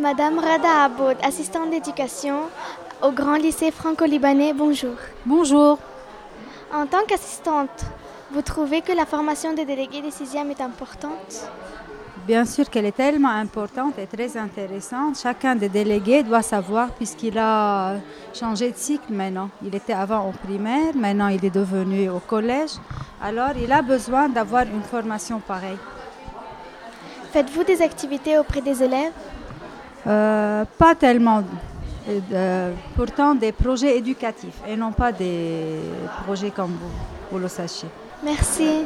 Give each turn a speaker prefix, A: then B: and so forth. A: Madame Rada Aboud, assistante d'éducation au Grand Lycée franco-libanais, bonjour.
B: Bonjour.
A: En tant qu'assistante, vous trouvez que la formation des délégués des sixièmes est importante
B: Bien sûr qu'elle est tellement importante et très intéressante. Chacun des délégués doit savoir puisqu'il a changé de cycle maintenant. Il était avant au primaire, maintenant il est devenu au collège. Alors il a besoin d'avoir une formation pareille.
A: Faites-vous des activités auprès des élèves
B: Euh, pas tellement. euh, de- pourtant des projets éducatifs et non pas des projets comme vous, vous le sachiez.
A: Merci.